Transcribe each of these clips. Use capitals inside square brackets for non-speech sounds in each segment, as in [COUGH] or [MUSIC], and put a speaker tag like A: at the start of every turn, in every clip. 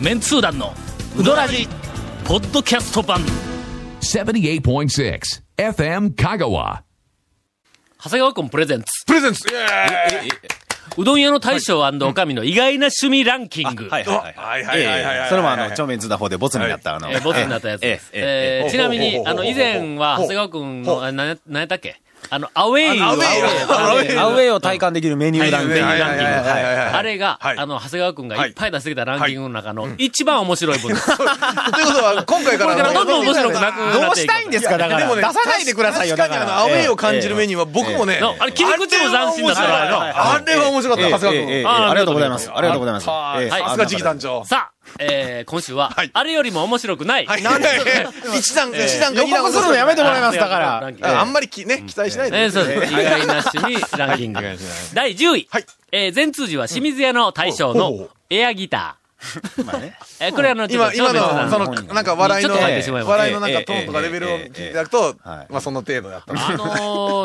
A: メンツー団のウドラジポッドキャスト版
B: 78.6 FM Kagawa.
A: 長谷川君プレゼンツ
C: プレゼンツイエーイ
A: うどん屋の大将おかみの意外な趣味ランキング、
D: はいはいはい。
C: はいはいはいはい
D: え
C: はい
D: えそれもあの、超面図打法でボツになった、あの、
A: えーボツになったやつです。え
D: ええ
A: ー
C: ええ
A: ちなみに
C: ほうほうほうほ、
A: あ
C: う
A: の、以前は、長谷川くんの、あな、なんやったっけあの、アウェイを
C: あアウェイ
D: ア
C: ア
D: ウ
C: ウェイ
D: ェイを体感できるメニューランキング。
A: はいはいはいはい
C: はいはい
A: あれが、
C: はい
A: あの、長谷川くんがいっぱい出してきたランキングの中の一番面白い分です。
C: ということは、今回から
A: これからどんどん面白くなく
D: ど
A: なっ
D: う
A: てい
D: し
A: く
D: たいんですかだから。出さないでくださいよ、だ
C: 確
D: か
C: かにあの、
D: ら。
C: アウェイを感じるメニューは僕もね、
A: のあれ、切り口も斬新だったからあれの
C: あれは面白かった、長
D: えええええ
C: 谷
D: え
C: 川
D: ありがとうございます。ありがとうございます。
C: 君。
D: ええ
C: さすが次期団長。
A: さあ、えー、今週は、
C: はい
A: あれよりも面白くない。
C: はい
A: なんで
C: [LAUGHS] 一段、一段が
D: 予告するのやめてもらいます、だから。
C: あんまりきね、期待しないで。
A: えーそうです。意外な趣味ランキング。第10位。
C: はい
A: えー、前通時は清水屋の大将
C: ほうほ
A: の
C: う
A: エアギタ
D: まあね
A: ー。えー、これあの、ちょっ
C: 今、
A: と超
C: 今
A: 別な
C: の、その、なんか笑いの、
A: ちょっと入ってしまいます
C: 笑いのなんかトーンとかレベルを聞いていただくと、
D: えええええ
C: まあその程度だった。
A: あの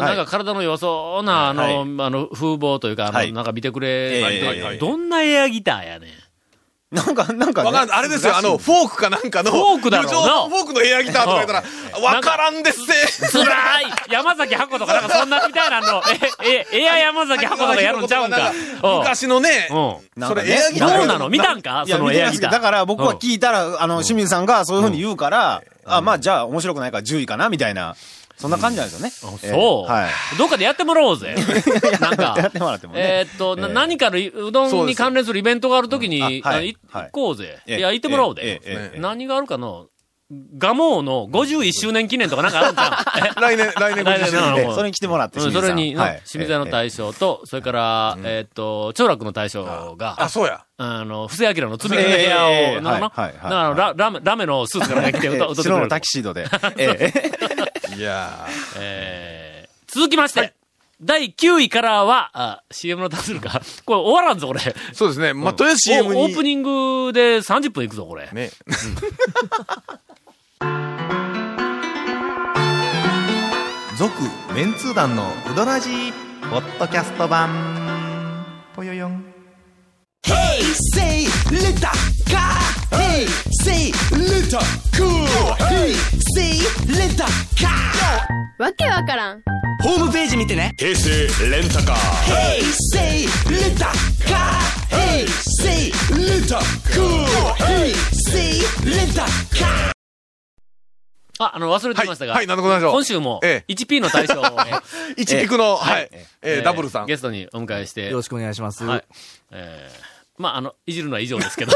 A: ーなんか体の良そうな、あのあの、風貌というか、あの、
D: はい
A: なんか見てくれて、
D: はいはい
C: はい
A: どんなエアギターやねん。
D: なんか、なんかね。
C: わかんないあれですよ、あの、フォークかなんかの、
A: フォークだろうな
C: 余剰のフォークのエアギターとか言ったら、わからんですぜ
A: つらい山崎箱とかなんかそんなみたいなの、え、え、エア山崎箱とかやるんちゃうん
C: [LAUGHS]
A: か。
C: 昔のね、
A: うん。うん。
D: なん
C: そ
D: か
C: れ
D: ね
C: エアギター
A: どうなの見たんか
D: いや
A: その
D: 見て
A: エ
D: な
A: ア
D: い
A: ギ
D: です
A: タ
D: け
A: ー。
D: どだから僕は
A: うん
D: 聞いたら、あの、清水さんがそういうふうに言うから、あ、まあじゃあ面白くないから10位かな、みたいな。そんな感じなんですよね。
A: あ
D: ええ
A: そう、
D: はい。
A: どっかでやってもらおうぜ。なんか。
D: [LAUGHS] やってもらっても
A: え
D: ね。
A: ーっと、な
D: ええ
A: 何かのうどんに関連するイベントがあるときに、
D: うん
A: あ
D: あは
A: の
D: い
A: い
D: は
A: 行
D: い
A: こうぜ。い
D: ええ
A: や、行ってもらおう
D: え
A: で
D: え。ええええ
A: 何があるかのガモーの51周年記念とかなんかあるんじゃん
C: 来年、来年50周年
A: なる
D: え
A: ほど
D: えそれに来てもらって、
A: う
D: [LAUGHS] 清
A: ん
D: 水
A: そ
D: さん
A: れに、
D: はい
A: 清水屋の大将と、それから、えーっと、長楽の大将
C: あ、
A: が、
C: そうや。
A: あの、布施明の積み木の部屋を、
D: えええ
A: な
D: え
A: の
D: はいはい
A: だからララメ、ラメのスーツから着て
D: [LAUGHS] ええ
A: 歌、歌ってく
D: 白
A: れ
D: の
A: る
D: タ。キシー
A: [LAUGHS]
D: ドで。ええ
C: いや
A: えー続きまして、第9位からは、あ、CM の出せるか。これ終わらんぞ、これ。
C: そうですね。まあ、とりあえず CM に。
A: おオープニングで30分いくぞ、これ。
C: ね。
E: 続メンツー団のウドラジーポッドキャスト版ぽよよん
F: Say little car. Hey, say little cool. Hey, say little car.
G: わけわからん
F: ホームページ見てね。平成レンタカー。Hey, say little car. Hey, say little cool. Hey, say little car.
A: あ、あの、忘れてましたが。
C: はいはいなんでございましょう
A: 今週も、
C: え
A: 1P の大将
C: [LAUGHS]
A: をね、
C: 一陸の、はい。え
A: え
C: ー、ダブルさん。
A: ゲストにお迎えして。
H: よろしくお願いします。
A: はい。えー、まあ、あの、いじるのは以上ですけ
C: [LAUGHS]
A: ど。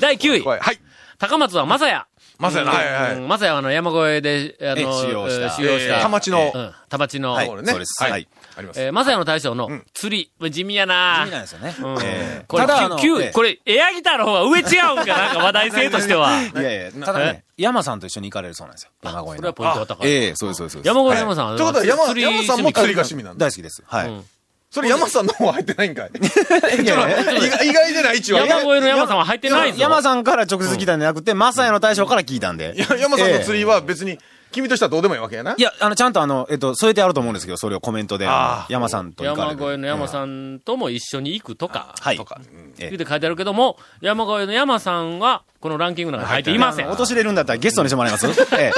A: 第9
C: は
A: 位、
C: い。はい。
A: 高松は正也。
C: まさやな。はいはい。
A: まさやはあの、山越えで、あ
D: え
A: の、
D: 修行した
A: えー修行し
C: えー
A: た。
C: 田町の
A: うん、田町の、
D: はい
C: そうね
D: そうですはい。
C: あります。
A: えー、まさやの大将の釣り、地味やな
D: 意味ないですよね。
A: うん
D: ええ
A: これ、
D: ただあの
A: 9
D: え
A: 位。
D: え
A: これ、エアギターの方が上違うんか、なんか話題性として
C: [LAUGHS]
A: は。
D: いやいや、ただね、山さんと一緒に行かれるそうなんですよ。山越えの。
A: それはポイントが高い。
D: ええそうです、そうですそうです。
A: 山越え山さんは、
C: ということは、山、山さんも釣りが趣味なんだ。
D: 大好きです。はい。
A: うん
C: それ山さんの方入ってないんかい。
D: いやいや
C: 意外意外でない位置は。
A: 山越えの山さんは入ってないぞ。
D: 山さんから直接聞いたんじゃなくて、マサヤの大将から聞いたんで。
C: や山さんの釣
D: り。
C: りは別に、君としてはどうでもいいわけやな。
D: いや、あの、ちゃんとあの、えっと、添えてあると思うんですけど、それをコメントで、あの
C: あー
D: 山さんと行か
A: 山
D: れる
A: 越えの山さんとも一緒に行くとか、
D: はい。
C: とか
A: 言うて書いてあるけども、山越えの山さんは、このランキングの中に入っていません。
D: 落としれるんだったらゲストにしてもら
C: [LAUGHS]
D: いますえ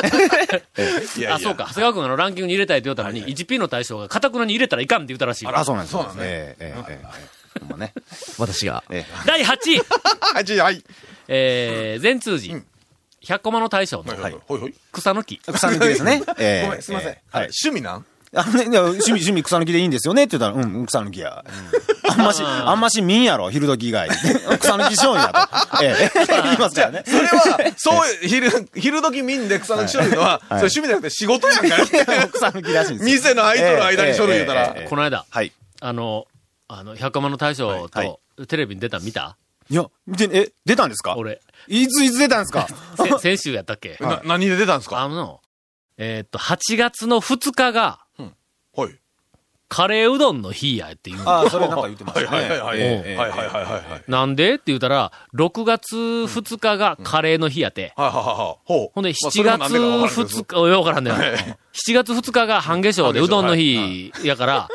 C: いやいや
A: あ、そうか。長谷川君あのランキングに入れたいと言ったのに、1P の対象が堅くなに入れたらいかんって言ったらしい
D: え。。あ、そうなんです
C: そうなんね
D: ええ、ええ、ええ。ほんまね。
H: 私が。
D: え
A: 第8位、
C: はい、じゃあはい。
A: えー、全通寺、百駒の大将の
C: はい。ほいほい。
A: 草の木。
D: え。草抜きで
C: [LAUGHS]
D: すね。ええ。
C: ごめん、すいません。
D: ええ
C: あ
D: は
C: れ
D: い。
C: 趣味なん
D: あのね、いや趣味、趣味草抜きでいいんですよねって言ったら、うんうん、草抜きや。あんまし、あんまし民やろ、昼時以外。草抜き商人や
C: [LAUGHS]
D: と。ええ。言いますからね。
C: それは、そう、昼、昼時見んで草抜き書類のは、それ趣味じゃなくて仕事やんかよ。
D: 草抜きらしいんですよ。
C: 店の相手の間に書類言うた
D: えええええ
C: ら
D: え。
A: この間、
D: はい。
A: あの、あの、百駒の大将
D: はいは
A: と、テレビに出たん見た
D: いや、で、え、出たんですか
A: 俺、
D: いつ、いつ出たん
C: [LAUGHS]
D: ですか
A: せ先週やったっけ
C: な何で出たんですか
A: あの、えーっと、8月の2日が、
C: はい。
A: カレーうどんの日やっていうの
D: ああ、それなんか言ってま
C: は
D: し
C: い
D: たね。
C: はいはいはい。はい
D: ええええ
C: はいはいはいはい。はい
A: なんでって言うたら、6月2日がカレーの日やて。
C: はいはい。ほう。
A: ほんで、
C: まあ
A: 7月2。日、ようわからんねん。7月2日が半化粧でうどんの日やから、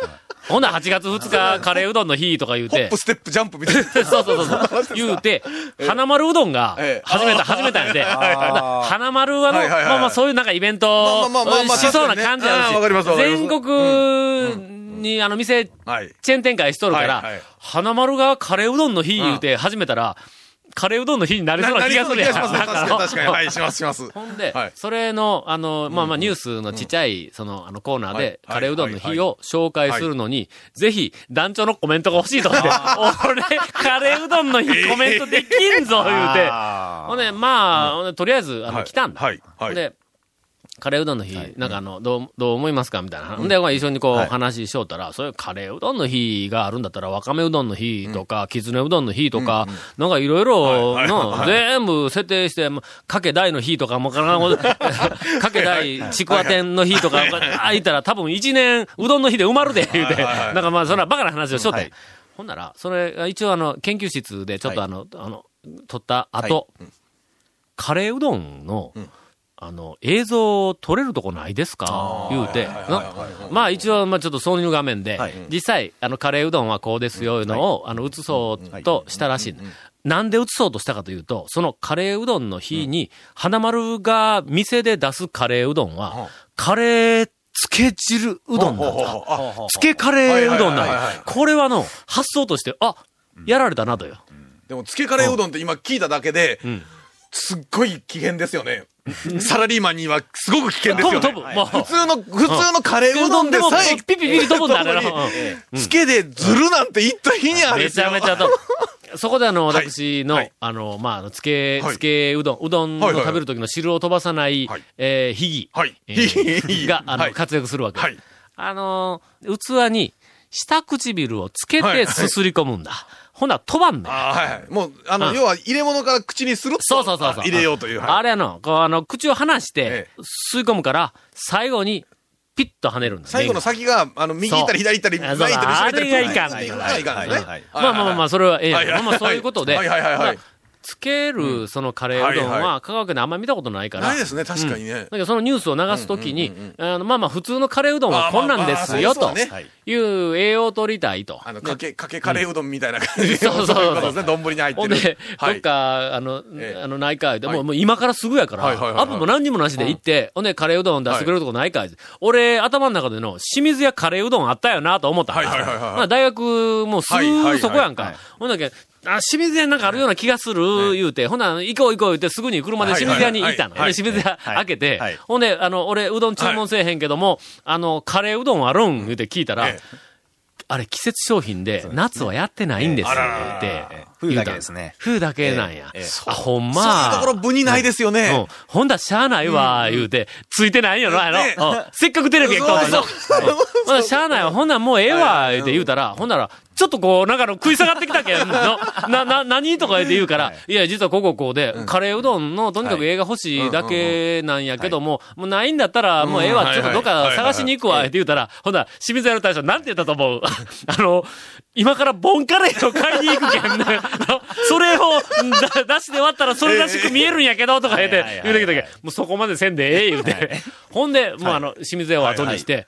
A: ほんなら8月2日、カレーうどんの日とか言う
C: ホ
A: て
C: ップ、。ステップ、ジャンプみたいな。
A: そうそうそうそう。言うて、花丸うどんが
C: ええ、
A: 始めた、始めたんやで。ほんなら花丸はの、
C: はいはいはいはい
A: まあまあそういうなんかイベン
C: ま
A: ト
C: あまあまあまあ
A: しそうな感じある
C: 確かにねあ
A: し。
C: あわかりますわかります
A: 全国にあの店、チ
C: はい。
A: ェーン展開しとるから
C: はいはい、
A: 花丸がカレーうどんの日言うて始めたら、カレーうどんの日になりそうな気がするやん。
C: なりそうな気がしますね確かに、確かに。はい、します、します。
A: ほんで、
C: はい
A: それの、あの、まあまあ、ニュースのちっちゃい、その、あの、コーナー
C: はいはい
A: で、カレーうどんの日を紹介するのに、ぜひ、団長のコメントが欲しいと思って、俺、カレーうどんの日コメントできんぞ、言うて。ほんで、まあ、ほんでとりあえず、あの、
C: はい
A: 来たんだ。
C: はいはい
A: ほんで、カレーうどんの日、なんかあの、どう、どう思いますかみたいな。ほんで、まあ一緒にこう、話しよったら、そういうカレーうどんの日があるんだったら、わかめうどんの日とか、きつねうどんの日とか、なんかいろいろ、
C: はい
A: の、全部設定して、まあかけ大の日とか、もうかな [LAUGHS] かけ大ちくわ店の日とか、あ、いたら多分一年、うどんの日で埋まるで、言うて。なんかまあ、そんなバカな話をしとって。ほんなら、それ、一応あの、研究室でちょっとあの、あの、撮った後、カレーうどんの、あの、映像撮れるとこないですか言うて、なまあ一応、まあちょっと挿入画面で、実際、あの、カレーうどんはこうですよ、いうのを、あの、映そうとしたらしい。なんで映そうとしたかというと、そのカレーうどんの日に、花丸が店で出すカレーうどんは、カレーつけ汁うどんなんだ。つけカレーうどんなん
C: はいはいはいは
A: だ
C: い。
A: これはの、発想として、あ、やられたなとよ。
C: でも、つけカレーうどんって今聞いただけで、すっごい危険ですよね。サラリーマンにはすごく危険ですよ
A: 飛
C: ね。
A: ぶ飛ぶ。もう、
C: 普通の、普通のカレーうどんで
A: も
C: さえ、
A: ピピピピ飛ぶんだ
C: [LAUGHS]
A: から。
C: つけでずるなんて一体にある
A: めちゃめちゃと。そこであの、
C: はい
A: 私の、
C: はい
A: あの、まああの、つけ、
C: はい
A: つけうどん、うどんを
C: はいはいはい
A: 食べる時の汁を飛ばさない、
C: はい
A: えー、秘技。
C: はい
A: え
C: 秘技
A: ー、が、あの、
C: はい
A: 活躍するわけ。
C: はい
A: あの、器に、下唇をつけ
C: はいは
A: て
C: い
A: すすり込むんだ。ほな、飛ばんね
C: あーはいはい。もう、あの、
A: うん
C: 要は入れ物から口にする
A: そうそうそうそう。
C: 入れようという。
A: あ
C: はい
A: れやの、こう、あの、口を離して
C: え、
A: 吸い込むから、最後に、ピッと跳ねるんだ。
C: 最後の先が、あの、右行ったり左行ったり、
A: そう
C: 前行った
A: あ
C: り下
A: そう
C: 行ったり。
A: あれがいかん
C: っていうのがいかんですね。
D: はい
A: まあまあまあまあ、それはええや
C: は
A: ん
C: いはい
A: まあまあ、そういうことで。
C: はいはいはいはい
A: まあつける、そのカレーうどん
C: はいは
A: は、香川県であんまり見たことないから。
C: ないですね、確かに
A: だ。
C: ね
A: けど、そのニュースを流すときに、あのまあまあ、普通のカレーうどんはこんなんですよ、
C: あーま
A: と
C: あまあそうですね
A: いう栄養を取りたいと。
C: あの、かけ、かけカレーうどんみたいな感じで。
A: そうそうそう
C: いことですね、丼に入って
A: ほん
C: る。
A: で、
C: は
A: どっ
C: い。
A: か、あの
C: え、え
A: あの、ないか言うて、
C: はい
A: もうもう今からすぐやから、
C: はいはいはいはい
A: アップも何にもなしで行って、ほんで、カレーうどん出してくれるとこないか言うて、俺、頭の中での、清水屋カレーうどんあったよなと思ったんだ
C: はいはいはいはい
A: まあ大学、もうす
C: はいはいは
A: ぐ
C: い
A: そこやん
C: は
A: か
C: い。
A: ほんだけ、あ、清水屋なんかあるような気がする、言うて、ほんなら、行こう行こう言うて、すぐに車で清水屋に行ったの。
C: はいはいは
A: で、
C: いはい
A: 清水屋開けて
D: はい、
A: ほんで、あの、俺、うどん注文せえへんけども、あの、カレーうどんあるん言うて聞いたら
C: ええ、
A: あれ、季節商品で、夏はやってないんですよ、言うて。
D: 冬だけですね
A: 冬だけなんや。
D: えええ
A: あ、ほんま。
C: そういうところ、部にないですよ
A: う
C: ね
A: ん。。ほんだらしゃあないわ、言うて、ついてないんやろ、あの。
C: ね
A: うんせっかくテレビやったのに
C: そう
A: うんほんだらしゃあないわ、ほんならもうええわ、言うて言うたら、ほんなら、ちょっとこう、なんかあの食い下がってきたけん、のな、な、何とか言って言うから、いや、実はこここうで、カレーうどんの、とにかく映画欲しいだけなんやけども、もうないんだったら、もうええわ、ちょっとどっか探しに行くわ、って言うたら、ほんなら、清水屋の大将、なんて言ったと思う [LAUGHS] あの、今からボンカレーを買いに行くけんね。 [LAUGHS] それをだ出して割ったらそれらしく見えるんやけど、とか言うて、言うてきたけど、もうそこまでせんでええ、言うて。 [LAUGHS] ほんで、もうあの、清水屋を後にして、えー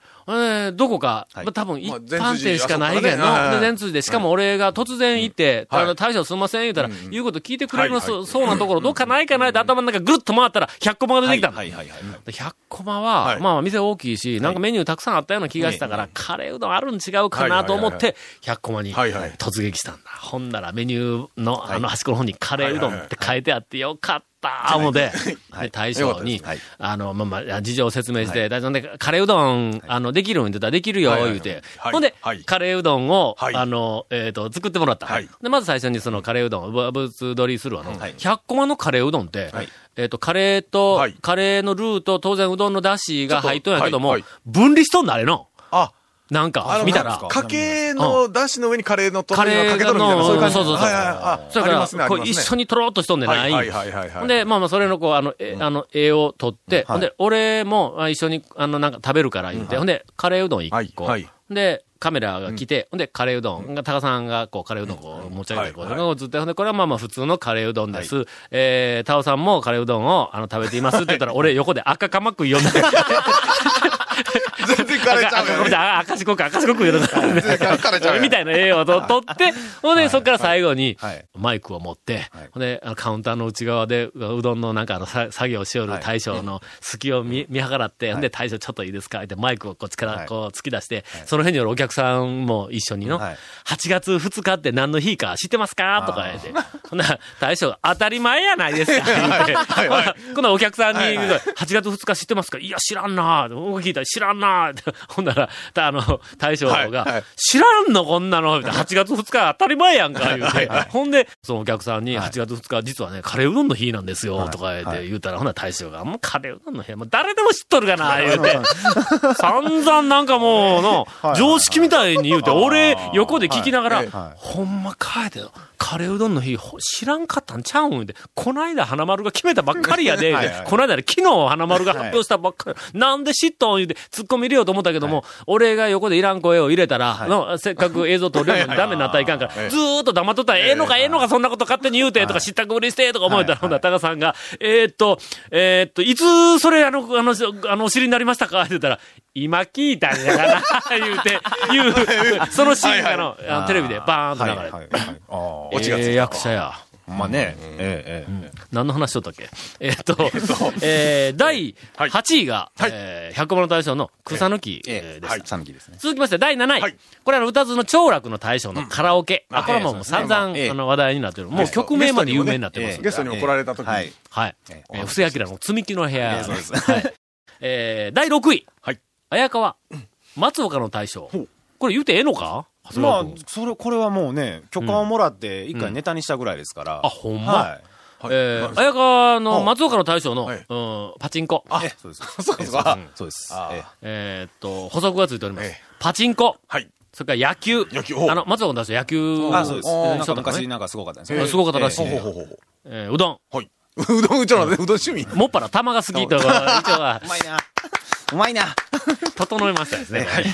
A: どこか、まあ多分一
C: まあ
A: 般
C: 善通寺
A: 店しかないけど
C: あそこからねはいはいは
A: の、
C: い
A: 全通寺で、しかも俺が突然行って、
C: はい
A: あの、大将すんません、言うたら、言うこと聞いてくれるの、
C: はいはい
A: そ [LAUGHS] そうなところ、どっかないかないって頭の中ぐるっと回ったら、100コマが出てきたの。
D: いはいはい。
A: で100コマは、
C: はい
A: まあまあ店大きいし、なんかメニューたくさんあったような気がしたから、カレーうどんあるん違うかなと思って、100コマに
C: はいはい
A: 突撃したんだ。ほんならメニューのあの端っこの方にカレーうどんって書いてあってよかった、思て、で大将に、あの、まあまあ、事情を説明して、大将ね、カレーうどん、あの、できるん言ってたらできるよ、
C: はいはい
A: 言
C: はいう
A: て。
C: はい
A: ほんで
C: はい、
A: カレーうどんを、
C: はい
A: あの、えっと、作ってもらった
C: はい。
A: で、まず最初にそのカレーうどん、ぶぶつ取りするわの。100コマのカレーうどんって、えっと、カレーと、
C: はい
A: カレーのルーと当然うどんの出汁が入っとんやけども、
C: はいはい
A: 分離しとんだ、あれの。
C: あ、
A: なん
C: あ
A: か
C: の、
A: 見たら。
C: かけの出汁の上にカレーのトッピングをかけとるみ
A: カレ
C: たい
A: ー
C: な、
A: の
C: そういう感じ。
A: そうそうそう
C: はいはいはいあ
A: それ
C: あ
A: か
C: り
A: ら、
C: ますね、あり
A: こ
C: ま
A: う
C: すね。
A: 一緒にとろっとしとんでない。
C: はいはいはいはいはい
A: ほんで、まあまあ、それのこう、あの、えあの、絵を取って、ほんで、俺もあ一緒に、あの、なんか食べるから言って、ほんで、カレーうどん
C: は
A: 一
C: い
A: 個。
C: はい
A: ほんで、カメラが来て、ほんで、カレーうどんが、タカさんが、こう、カレーうどんをこう持ち上げて、こう、
C: はいはい
A: こうずっと、ほんで、これはまあまあ、普通のカレーうどんです。えー、タオさんもカレーうどんを、あの、食べていますって言ったら、俺、横で赤かまくいよんだ。
E: 全然枯れちゃう
A: ご
E: よ
A: めん
E: ね。
A: なさい、赤四国、赤四国言うのかな
E: 全然枯れちゃうよ
A: みたいな栄養をと取って、ほんで、そっから最後に
E: はい、
A: マイクを持って
E: はい、
A: ほんで、あのカウンターの内側で、ううどんのなんかあの、さ作業しよる大将の隙を見見計らって、ほんで、大将ちょっといいですかってマイクをこっちからこう突き出して、その辺におるお客さんも一緒にの、
E: はい
A: 8月2日って何の日か知ってますかとか言って、ほんなら大将、当たり前やないですか言うて。ほなほなお客さんに、8月2日知ってますかいや、知らんな僕聞いたら知らんなってほんなら、たあの、大将
C: はいは
A: が
C: い、
A: 知らんのこんなのみたいな !8 月2日当たり前やんか言うて。ほんで、そのお客さんに、8月2日実はね、カレーうどんの日なんですよとか言って言うたら、ほんなら大将が、もうカレーうどんの日もう誰でも知っとるかな言うて。散々なんかもうの、常識みたいに言うて、俺、横で聞きながら、ほんまかえて、カレーうどんの日、ほ知らんかったんちゃうんで、こないだ花丸が決めたばっかりやで、言うてこないだね昨日花丸が発表したばっかり、なんで知っとん言うて、突っ込み入れようと思ったけども、俺が横でいらん声を入れたら、のせっかく映像撮れるのにダメになったらいかんから、ずーっと黙っとったら、ええのかええのか、そんなこと勝手に言うて、とか、知ったくぶりして、とか思えたら、ほんならタカさんが、えーっと、えーっと、いつ、それ、あの、あの、あの、お知りになりましたかって言ったら、今聞いたんやがな、言うて、言う、そのシーンがあの、あのテレビでバーンと流れて。
D: はいはいあー
C: オチがつい
A: え
C: た
A: え役者や。
D: まあね、ええ、ええ。
A: 何の話しとったっけ [LAUGHS] えーっと、えー第8位が、えー、100万の大将の草抜きえーでした。
D: さぬきですね。
A: 続きまして、第7位。
C: はい
A: これは歌図の長楽の大将のカラオケ。あ、これはもう散々、
D: ええ
A: あの話題になってる。もう曲名まで有名になってます。
C: ゲストに怒られた時に
D: はい。
A: はい。えー、布施明の積み木の部屋。
D: ええそうです
A: はい。えー、第6位。
C: はい
A: 綾川。松岡の大将。これ言うてええのか長
D: まあ
A: 谷川君、
D: それ、これはもうね、許可をもらって、一回ネタにしたぐらいですから。
A: あ、ほんま。
D: はい。
C: はい
A: え
C: ま
A: ー、綾川の
C: あ
A: 松岡の大将の、
C: はい
A: うん、パチンコ。
D: ええ [LAUGHS] そうです。
C: あそうですか。
D: そうです。
C: あー
D: え
A: えーっと、補足がついております。
C: ええ
A: パチンコ。
C: はい。
A: それから野球。
C: 野球お
A: あの、松岡の大将野球。
D: えあ、そうです。なん
A: そ
D: か
A: うだね
D: 昔なんかすごかったんです
A: ええすごかったらしい
C: ほう
A: ね
C: ほうほうほう。
A: えーうどん。
C: はい。うどん、うちらのねうどん趣味。
A: もっぱら玉が好きということで、一応は
D: うまいな。うまいな。
A: 整えましたですね。はい。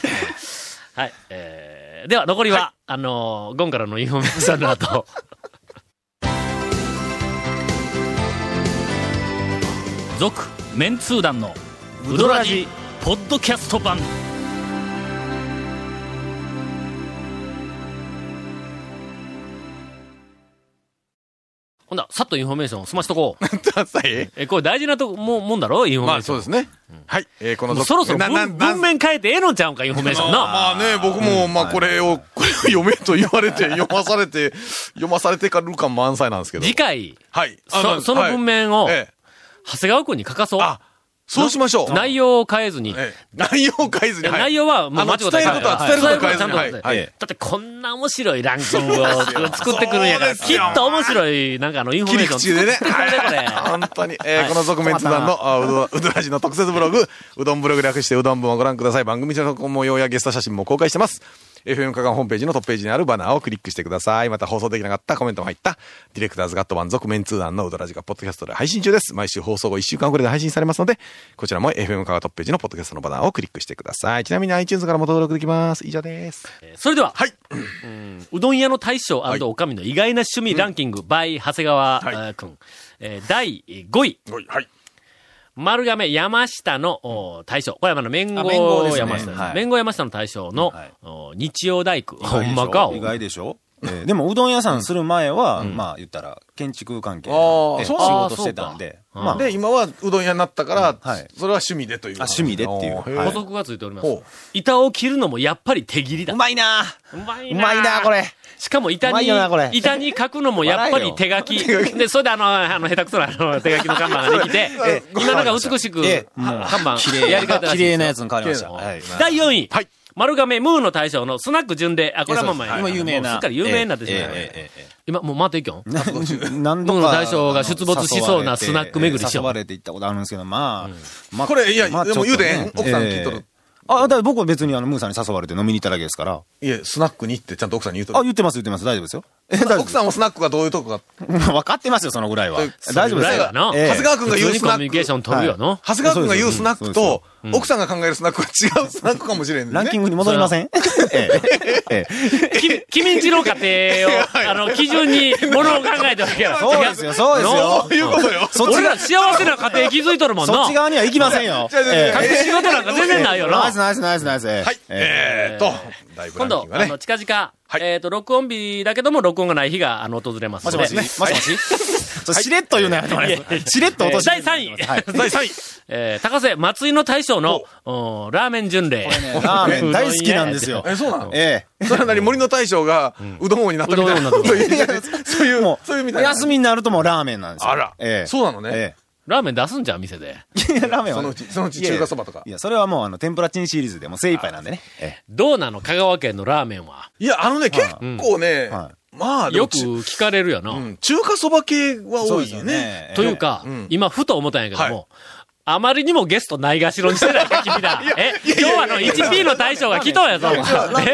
A: はい。えー、では、残りは、あのーゴンからのインフォメーションの後。続、メンツー団の、ウドラジ、ポッドキャスト版。ほんだ、さっとインフォメーションを済ましとこう。
C: ダサい
A: え、これ大事なとこ、も、もんだろインフォメ
C: ま
A: ー
C: あ
A: ショ
C: そ
A: ン
C: う。ですね。はい。えーこの
A: もう
C: 続
A: そろそろ
C: なな
A: 文
C: な
A: 文面変えてええのちゃうんか、インフォメーションな。
C: まあね、僕も、まあこれを、これを読めと言われて、読まされて、読まされてかる感満載なんですけど。
A: 次回、
C: はい。あ
A: そその
C: はい
A: 文面を、
C: ええ
A: 長谷川君に書かそう。
C: あ、そうしましょう。
A: 内容を変えずに。
C: ええ内容を変えずに。はい
A: 内容は、もう
C: あの
A: 間違って
C: 伝えることは、伝えることは変
A: 伝えることは
C: えずに。はい
A: ちゃんと
C: はい
A: だってこんな面白いランキングを作ってくるんやから、
C: そう
A: き
C: ですよ
A: っと面白い、なんかあの、インフォ
C: 切
A: メー
C: り
A: ション
C: 口でね。
A: 作ってくるね、これ。
C: [LAUGHS] 本当に。えーこの続面図談の、あうどんうどらじの特設ブログ、うどんブログ略してうどん部をご覧ください。番組の模様やゲスト写真も公開してます。FM 加賀ホームページのトップページにあるバナーをクリックしてください。また放送できなかったコメントも入った、ディレクターズガット版続面通談のうどらじがポッドキャストで配信中です。毎週放送後1週間遅れで配信されますので、こちらも FM 加賀トップページのポッドキャストのバナーをクリックしてください。ちなみに iTunes からも登録できます。以上です。
A: それでは、
C: はい。
A: うどん屋の大将
C: はい
A: おかみの意外な趣味ランキング by 長谷川
C: はい
A: えー君。えー第5位、
C: はい。
A: 丸亀山下のお大将。小山の面
D: あ麺号
A: 後
D: ですね
A: 山下です
D: はい
A: 面後山下の大将の
D: はい
A: お日曜大工。ほんまか。
D: 意外でしょええでも、うどん屋さんする前は、まあ、言ったら、建築関係
C: あー
D: のええ仕
C: そう
D: 事してたんで、
A: あーそうか
D: まあ、
C: で、今はうどん屋になったから、
D: はい
C: それは趣味でという。
D: あ趣味でっていう
C: おーへー
D: は
A: 補
D: い
A: 足がついております
C: ほう。
A: 板を切るのもやっぱり手切りだ
D: う。まいな
A: うまいう
D: まいなこ。れ。
A: しかも板
D: うま
A: に
D: いよなこれ、
A: 板に書くのもやっぱり手書き。で、それであの、あの、下手くそなあの手書きの看板ができ
D: [LAUGHS]
A: て
C: え、
A: [LAUGHS] 今なんか美しく、
D: ええ
A: は看板
D: 綺、麗
A: やり方らし
D: 綺
A: いですよ
D: 麗なやつに変わりました。はい。
A: 第4位。
C: はい
A: 丸亀ムーの大将のスナック巡礼。あ、これはもう前。
D: 今有名
A: もう
D: な。
A: すっかり有名になってしまった。
D: ええええええ [LAUGHS] ええ
A: 今、もう待っていきょん。
D: 何
A: ど
D: 度
A: の
D: か
A: 大将が出没しそうなスナック巡りしよう
D: 誘われて行ったことあるんですけど、まあ、まあ
C: これいやでも言うてん奥さん聞いと。
D: ち
C: る
D: ょっねええあ、だから僕は別にあの、ムーさんに誘われて飲みに行っただけですから。
C: いえ、スナックに行ってちゃんと奥さんに言うと
D: あ、
C: る。
D: 言ってます、言ってます。大丈夫ですよ。え、大丈夫
C: 奥さんもスナックがどういうとこか。
D: [LAUGHS] 分かってますよ、そのぐらいは
C: え。
D: 大丈夫
A: ぐ
D: で
A: ら
D: す
A: い
D: よ
A: は。な。
D: ええ
C: 長谷川君が
A: 普
C: 言
A: 通
C: う
A: に
C: ス
A: コ
C: ナ
A: ミュニ
C: ッ
A: ケーシ
C: ク。
A: ョン取るよの。
C: 長谷川君が言うスナック
D: そうですそう
C: と
D: で、
C: 奥さんが考えるスナックは違うスナックかもしれんね。
D: ランキングに戻りませんえ
C: [LAUGHS]
D: え。ええ。
A: き君んちの家庭を、あの、基準に物を考えてるわけや。
D: そうですよ、そうですよ。
C: [LAUGHS] そういうことよ。
D: そっち
A: 俺
D: が
A: ら幸せな家庭気づいとるもん
D: そ
A: な
D: っち。側には行きませ
C: [LAUGHS]
D: んよ。
C: 違う違う違う
D: ええ
A: 隠し事なんか全然ないよ
D: ナイ
A: な
D: ス。ナイスナイスナイス。は
C: はい。えーっと、だいぶ
A: 今
C: ランキ
A: 度
C: ン、グ
A: あ
C: がね
A: の、。近々、
C: はい
A: えっ、と、録音日だけども、録音がない日が、あの、訪れますので。
D: もしもしもしもし [LAUGHS] しれっと言うのやめてもらえますしれっと落とし
A: 第3位。 [LAUGHS]
D: はい。
A: 第3位。えー、高瀬松井の大将の、うんラーメン巡礼。
D: ラーメン大好きなんですよ。
C: え、そうなの
D: え
C: それなり森の大将が、うどん王になったみた [LAUGHS] いな
A: うどん王にな
C: そうい
D: え。
C: う、
D: も
C: そういうみ
D: う、
C: たいな。
D: 休みになるともうラーメンなんですよ。
C: あら
D: ええ。
C: そうなのね
D: え
A: ラーメン出すんじゃん、店で。
D: え。いやラーメンは。
C: そのうち、そのうち中華そばとか
D: い。や、それはもう、あの、天ぷらチンシリーズでもう精一杯なんでね。え
A: どうなの香川県のラーメンは。
C: いや、あのね、結構ね
D: は、
C: まあ、でも
A: よく聞かれるよな。
C: うん中華そば系は
D: え。
C: 多いよね。
D: ええ
A: というか、
C: ん
A: 今、ふと思ったんやけども、あまりにもゲストないがしろにしてないか、君
C: [LAUGHS]
A: ら。え、今日はあの、1P の大将が来たんやぞ、お前え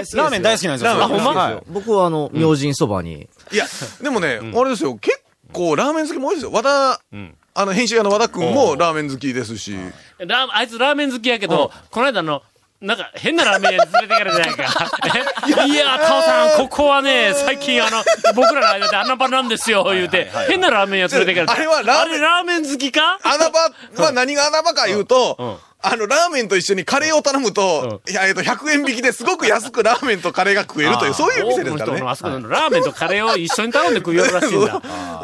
A: [LAUGHS]
D: ラーメン大好きなんですよ。
C: ラーメン
D: そ
A: あほ
D: う
A: んま
D: はい
G: 僕はあの、明神そばに、
C: いや、でもね、あれですよ、結構ラーメン好きも多いですよ。和田、あの、編集屋の和田くんもラーメン好きですし。
A: ラーあいつラーメン好きやけど、この間あの、なんか変なラーメン屋に連れてかれたやん
C: [LAUGHS]
A: か。えいやー、タオさん、ここはね、最近あの、僕らの間で穴場なんですよ、言うて、変なラーメン屋連れてかれた。
C: あれはラーメン
A: あれラーメン好きか
C: 穴場は何が穴場か言
A: う
C: う
A: んうん
C: と、あの、ラーメンと一緒にカレーを頼むと、
A: う
C: いや、えっと、100円引きですごく安くラーメンとカレーが食えるという、そういう店ですから
A: 多くの人
C: ね
A: の。あそこのラーメンとカレーを一緒に頼んで食いよるらしいんだ。
C: [LAUGHS]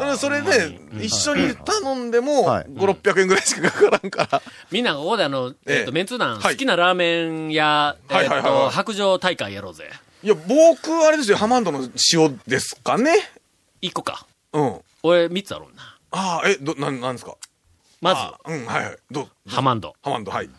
C: そうそれで、一緒に頼んでも、
D: はい
C: 5、600円ぐらいしかかからんから。
A: みんなここであの、
C: ええ
A: えっと、メンツ団、
C: はい
A: 好きなラーメン屋、
C: は
A: えっ
C: いはいはいは
A: と、
C: い
A: 白状大会やろうぜ。
C: いや、僕、あれですよ、ハマンドの塩ですかね
A: 一個か。
C: うん。
A: 俺、三つあろうな。
C: ああ、え、ど、なん、なんですか
A: ま
C: あうん、はいはい。ど、
A: ず、ハマンド。
C: ハマンド、はい。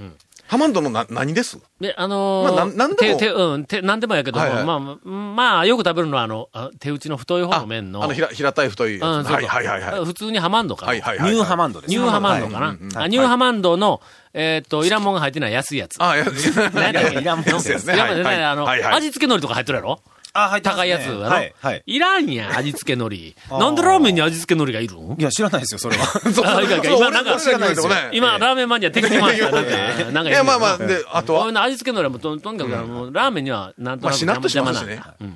C: ハマンドのな、何です
A: で、あのー
C: まあなんなんでも
A: 手、手、うん、手、なんでもやけど、
C: はいはい
A: まあ、うんまあ、よく食べるのは、あの、あ手打ちの太い方の麺の。
C: あの、ひら、平たい太いやつ。
A: うん、そうそう
C: はいはいはいはい。
A: 普通にハマンドかな。
C: はいはいはい。
D: ニューハマンドです。
A: ニューハマンドかな。あニューハマンドの、えーっと、いらんもんが入ってない安いやつ。
C: あ、いや、
A: 何やったっけ
D: いらんもん
C: 安いですね。
A: いらんもんじゃない
C: はい
A: あの、
C: はいはい
A: 味付け海苔とか入っとるやろ
D: あ、入ってます
A: 高
D: ね
A: いやつやろ、
D: はい。はい。
A: いらんやん、味付け
C: [LAUGHS]
A: 海苔。なんでラーメンに味付け海苔がいるん
D: いや、知らないですよ、
A: [LAUGHS]
D: それは。
A: あいかんいかん今なんか、
C: 俺らに言われてもね
A: 今、ラーメンマニア敵に回した。なんか、なんか
C: いや、まあまあ、で、あと
A: こうい
C: は
A: う、の味付けのりはもうととにかく、あのラーメンにはなんと
C: まあ、
A: なく
C: しなっとして
A: 邪魔
C: ま
A: な
C: す
A: ん
C: しね
A: だ。。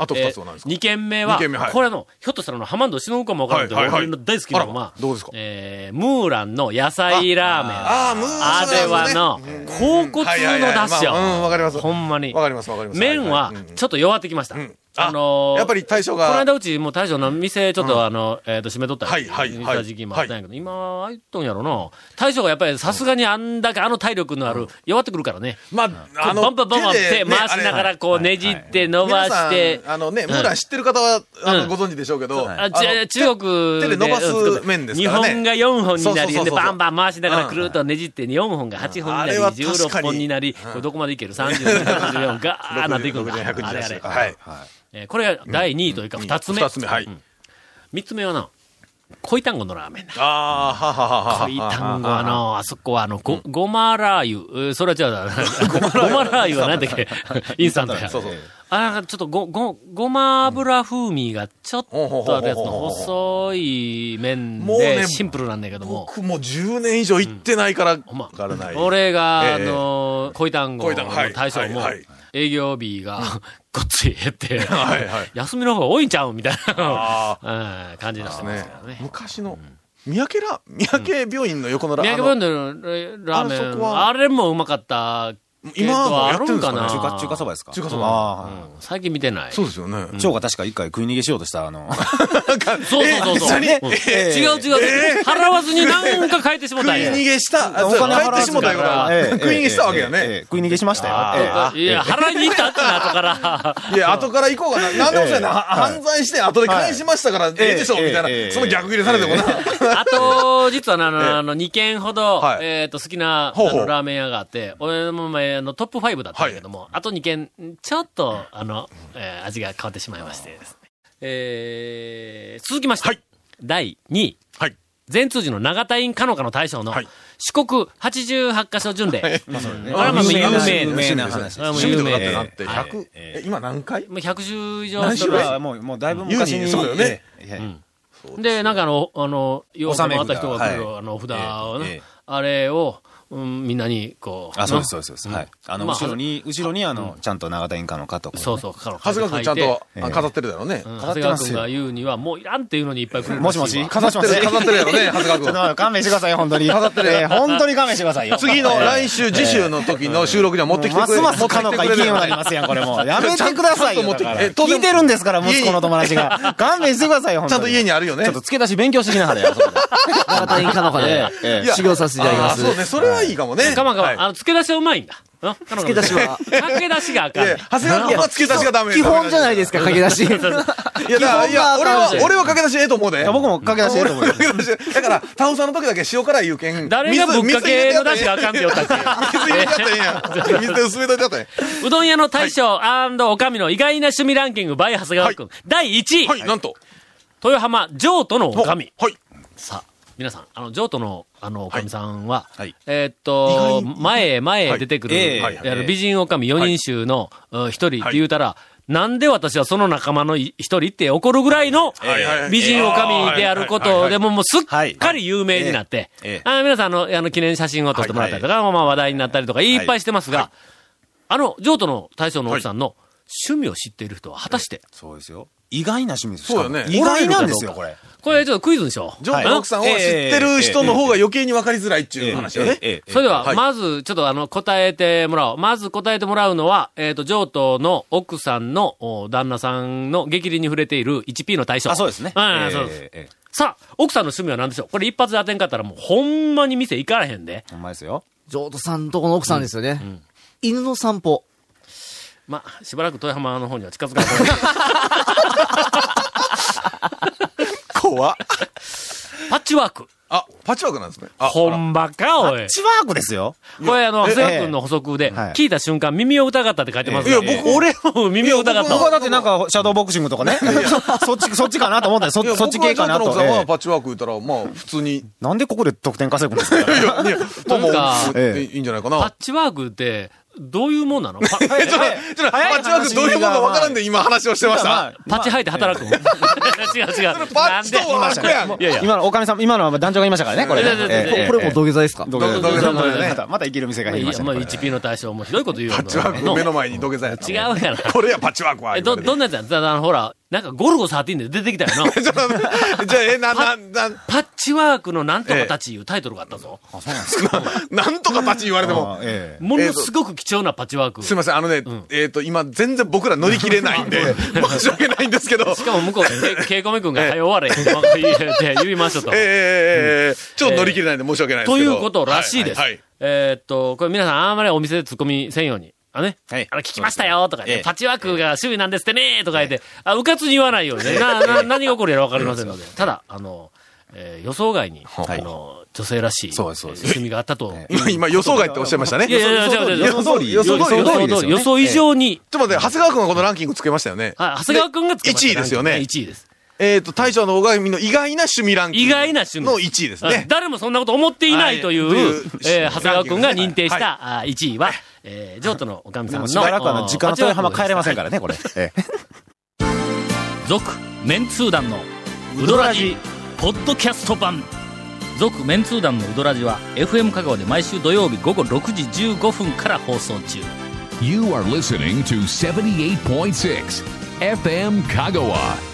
C: あと
A: え
C: 二つは何ですか
A: 2軒目は
C: 二軒目は、い
A: これの、ひょっとしたらあのハマンドしのぶかもわからんけど、
C: はいはいはい
A: 俺の大好きなの
C: あらま
A: は、
C: どうですか
A: えームーランの野菜ラーメン。
C: ああ、ムー
A: あれはの、甲骨の出汁や
C: うんはいはいはいまあうんわかります
A: ほんまに。
C: わかりますわかります
A: 麺は
C: はいはいうん、
A: ちょっと弱ってきました
C: ん。
A: あのー
C: やっぱり大将が
A: この間うち、もう大将の店、ちょっとあの、えっと、閉めとった
C: はい
A: り
C: はいはい
A: した時期もあったんやけど、今、あいっとんやろな。大将がやっぱりさすがにあんだけあの体力のある、弱ってくるからね。
C: まあ、
A: バ
C: あ
A: ン
C: の、
A: バンバンバン手
C: でね
A: 回しながら、こうねじって伸ば
C: あ
A: し
C: れ
A: て
C: 皆。さんあのね、ムーラン知ってる方は、あ
A: うん
C: の、ご存知でしょうけど、
A: あじゃあ中国
C: 手で伸ばす麺ですからね
A: 日本が4本になり、
C: そうそうそうそう
A: で、バンバン回しながらくるっとねじって、4本が8本にな
C: あ
A: り、
C: れは確か
A: 16
C: に
A: 本になり、これどこまでいける ?30、64、ガーッなっていくんだ。
C: 100
A: あれあれ。
C: はい。
A: えーこれが第2位というか2つ目。
C: 二つ目、はい。
A: 3つ目はな、恋単語のラーメンだ。
C: ああ、はははは。
A: 恋単語はの、あそこはあの、ご、ごまラー油。えーそれは違うな。 [LAUGHS] ごまラー油は何だっ
C: [LAUGHS]
A: けインスタントや。
C: そうそう。
A: あ、なんかちょっとご、ご、ごま油風味がちょっとあるやつの細い麺
C: もう
A: で
C: ね
A: シンプルなんだけども。
C: 僕もう10年以上行ってないから、
A: ほんま
C: わからない。
A: 俺が、あ
C: ええ
A: の、恋単語
C: 恋単
A: の
C: 語はい
A: 大将も
C: はいはい、
A: 営業日が [LAUGHS] ごっつい減って
C: [LAUGHS] はいはい、
A: 休みの方が多いんちゃうみたいな
C: あ
A: [LAUGHS] うん感じになってます
C: ね
A: からね。
C: 昔の、三宅ら、三宅病院の横のラ
A: 宮城
C: あ
A: 弁
C: の
A: 当のえーラーメ
C: あそ
A: ン、
C: こ
A: あ
C: は
A: れもうまかった。
C: 今はもうやってるんですかね
A: えーと
D: 中
A: あるんかな
D: 華、中華そばですか
C: 中華そば
D: ば。
A: うん最近見てない。
C: そ
A: そう
C: うですよね。
D: 蝶が確か一回食い逃げしようとした、あの、
A: そうそうそう。
D: ね
A: うん
D: ええ
A: 違う違う。払わずに何か変えてしもた
C: 食
A: ん
C: い
A: や。
C: 逃げした、
D: お金払
C: 帰っ
D: わず
C: てしもたいうことは
D: ええええ
C: 食い逃げしたわけよ
D: ええええ
C: ね。
D: 食い逃げしましたよ。ええ
A: あいや、払いに行ったってな、後から。
C: いや、後から行こうかな。なんでもそうやな。犯罪して後で返しましたから、ええでしょみた
D: えええ
C: い
D: え
C: な。その逆切れされてもな。
A: [LAUGHS] あと、実はなあの、あの、2軒ほど、
C: はい
A: えっと、好きな、
C: ほうほう
A: あのラーメン屋があって、俺も前、あの、トップ5だったんだけども、あと2軒、ちょっと、あの、えー味が変わってしまいましてですね。えー、続きまして、
C: はい
A: 第2位。
C: はい。
A: 全通寺の長田院かのかの大将の
C: はい、
A: 四国88箇所巡礼。
D: ええ
A: あれはまあ有名な
D: 有名な話です。
A: あもう
C: 趣
A: 有
C: 味とかだ
A: 名
C: ってなって、
A: ええ
C: 100、え、今何回
A: もう110以上
D: 何
A: す
D: 種
A: る
D: 類もう、もうだいぶ昔
C: ユー
D: に。
C: ジそうだよね
D: ええ。ええ
A: で、なんかあの、あの、よう
D: 納め
A: あっ
D: 札
A: た人が来る、
D: はい
A: あの、札をね、
D: ええええ
A: あれを、うん、みんなに、こう。
D: あ、そう
A: な
D: です、そうですそうです。はい。あの、
A: まあ
D: 後ろに、後ろに、あの、ちゃんと長田演歌の加藤君。
A: そうそう、彼の
C: 長谷川君ちゃん
A: 書いて
C: とあ飾ってるだろうね。
A: うん長
D: 飾って
A: 谷川
D: ますよ
A: 君が言うには、もういらんっていうのにいっぱい来る
D: もしも
A: らい
D: し
A: わ
D: 飾って
C: 飾ってる飾ってるやろね、長谷
D: ちょっ
C: 川
D: と勘弁してくださいよ、本当に。飾ってる。えー本当に勘弁してくださいよ。
C: 君。次の来週、次週の時の収録には持ってきて
D: ま
C: くれ
D: す
C: る。
D: ますか
C: 持
D: の
C: ってきてくれ
D: か意
C: る
D: 見
C: よね
D: 悪いますやん、これもう。やめてくださいよ。
C: ちゃんと持って
D: だから
C: え当
D: 聞
C: 然
D: いてるんですから、息子の友達が。勘弁してくださいよ、本
C: ちゃん
D: 当に。
C: と家にあるよね。
D: ちょっと付け出し勉強してきなはれよ、そこで
G: 長田院かのかで
D: え、ええ
G: ええ修行させていただきま
C: あーそう
G: す。
C: ね、それはいいかもね。
A: かまかま、
C: はい
A: あの、付け出しはうまいんだ。付
G: け出しは
A: 駆け出しがあかんねん
C: いや長谷川君は付け出しがダメ。
G: 基本じゃない
C: で
G: ですか、駆け出
C: い
G: し。
C: や、だからいや、
G: 基本
C: 俺
G: が
C: は、俺は駆け出しええと思うで。
D: いや僕も駆け出しええと思うよ
C: 俺は駆け出しだから、タオさんの時だけ塩辛い言うけ
A: [LAUGHS]
C: ん。
A: 誰がぶっかけの出しがあかんって言ったっ
C: 水水入れちゃったらええやん。水で薄めといちゃったらえ
A: けうどん屋の大将おかみの意外な趣味ランキング by 長谷川君、第1
C: え
A: 位、
C: はい、なんと。
A: 豊浜譲渡のおかみ。
C: はい。
A: さあ、皆さん、あの、譲渡の、あの、おかみさんは、
C: はい
A: えーっと、前へ前へ出てくる、
D: はいええ
A: あの
D: ええ
A: 美人おかみ4人衆のうん一人って言うたら、なんで私はその仲間のい一人って怒るぐらいの
C: はいはい
A: 美人おかみであるこ
C: はいはい
A: と
C: はい
A: でもうもうす
D: は
A: っ
D: い
A: かり有名になって、あ皆さんあの、あの記念写真を撮ってもらったりとか、まあ話題になったりとかいっぱいしてますが、あの、譲渡の大将の奥さんの趣味を知っている人は果たして、
D: そうですよ。意外な趣味です
C: そうよね
D: しかも意外なんですよ、これ。
A: これちょっとクイズにしよう。
C: ジョーの奥さんを知ってる人の方が余計に分かりづらいっていう話よね。
D: ええ
A: それでは、
C: はい
A: まず、ちょっとあの、答えてもらおう。まず答えてもらうのは、えっ、と、上等の奥さんのお旦那さんの激励に触れている 1P の対象。
D: あ、そうですね。
A: うん
D: ええ
A: そうです。
D: ええ
A: さあ、奥さんの趣味は何でしょうこれ一発で当てんかったらもう、ほんまに店行かれへんで。
D: ほんまですよ。
G: 譲渡さんとこの奥さんですよね。犬の散歩。
A: まあ、しばらく豊浜の方には近づか
D: [LAUGHS]
A: ない。
C: 怖っ
A: パッチワーク。
C: あ、パッチワークなんですね。あ、
A: ほんまか、おい。
D: チワークですよ。
A: これあの、
D: え
A: 長谷川君の補足で、
D: はい
A: 聞いた瞬間、耳を疑ったって書いてますが
C: いや僕
A: 俺も耳を疑っ
C: いや
A: た
D: 僕は
A: わ。
D: だってなんか、シャドーボクシングとかね。そっち、そっちかなと思ったよ。そ
C: いや
D: そっち系かな
C: 僕
D: と
C: はジョー。の奥さん
D: え
C: はパッチワーク言ったら、まあ、普通に。
D: えなんでここで得点稼ぐんですか
C: いや、
A: [LAUGHS]
C: いや、まあもう
A: なん
D: か
C: いいいいんじゃないか
A: パ
C: な
A: ッ。チワークって、どういうもんなのパパ
C: え、ちょっと、ちょっと、パ
D: 早い
C: ッチワークどういうものか分からんで今話をしてまし
D: まあ
C: た。
A: ッチ履いて働くの違う違う。
C: パッチとワークやん。
A: いやいや。
D: 今のおかみさん、今のは団長がいましたからね、これね。
A: いやいやいやいや
D: ええええ
G: これも土下座ですか
D: 土下座
C: 土下座
D: ま
A: 土下座
D: たまた生きる店が減りましたね
A: まあ、
D: これ
A: 1P の対象もひどいこと言うよ。
C: パッチワーク目の前に土下座やっ
A: [LAUGHS]
C: た。
A: 違うやろ。
C: これや、パッチワークは。
A: え、ど、どんなやつやんだだほら、なんかゴルゴ13で出てきたよな。
C: [LAUGHS] ちょっと待
A: [LAUGHS]
C: ってじゃあ、え、な、な、な、
A: パッチワークのなんとかたちいうタイトルがあったぞ。
C: [LAUGHS] なんとかパチ言われて
D: あ
C: も
D: あ。ええ
A: ものすごく貴重なパッチワーク。
C: すいません、あのね、えっと、今、全然僕ら乗り切れないんで、申し訳ないんですけど、
A: しかも向こう、け [LAUGHS] ケイコメ君が早終われへんと言って言いましょうと。
C: ええちょっと乗り切れないんで申し訳ないです
A: と
C: け
A: い
C: ど。
A: うことらしいです。
C: はい。
A: えーっと、これ皆さんあんまりお店で突っ込みせんように。あね、
D: はい
A: あの聞きましたよとか、ね
D: そうですね
A: パッチワークが趣味なんですってねとか言って、あ、うかつに言わないようにね。な、な、何が起こるやらわかりませんので。ただ、あの、えー予想外に、
D: い
A: あの、女性らしい、
D: そうですそうです
A: えー趣味があったと。
C: 今、今、予想外っておっしゃいましたね。
A: いやいやいや、違う違う違う
D: 予想通り
A: 予想
D: 予想通りですよね
A: 予想以上に、
C: ちょっと待って、長谷川君がこのランキングつけましたよね。
A: はい、長谷川くんがつけました
C: 1位ですよね
A: 1位です。
C: えっと、大将の小神の意外な趣味ランキング。
A: 意外な趣味。
C: の1位です
A: あ
C: ね。
A: 誰もそんなこと思っていな
C: はい
A: いという、
C: という
A: えー長谷川君が
C: ランキング
A: 認定
C: ですね
A: した、あ1位は、えー、譲渡のおかみ
D: で
A: さん
D: も
A: の。。
D: しばらくあの、時間の豊浜帰れませんかららね、これ。ええ
H: 続メンツー団のウドラジポッドキャスト版続メンツー団のウドラジは FM 香川で毎週土曜日午後6時15分から放送中
B: You are listening to 78.6 FM Kagawa.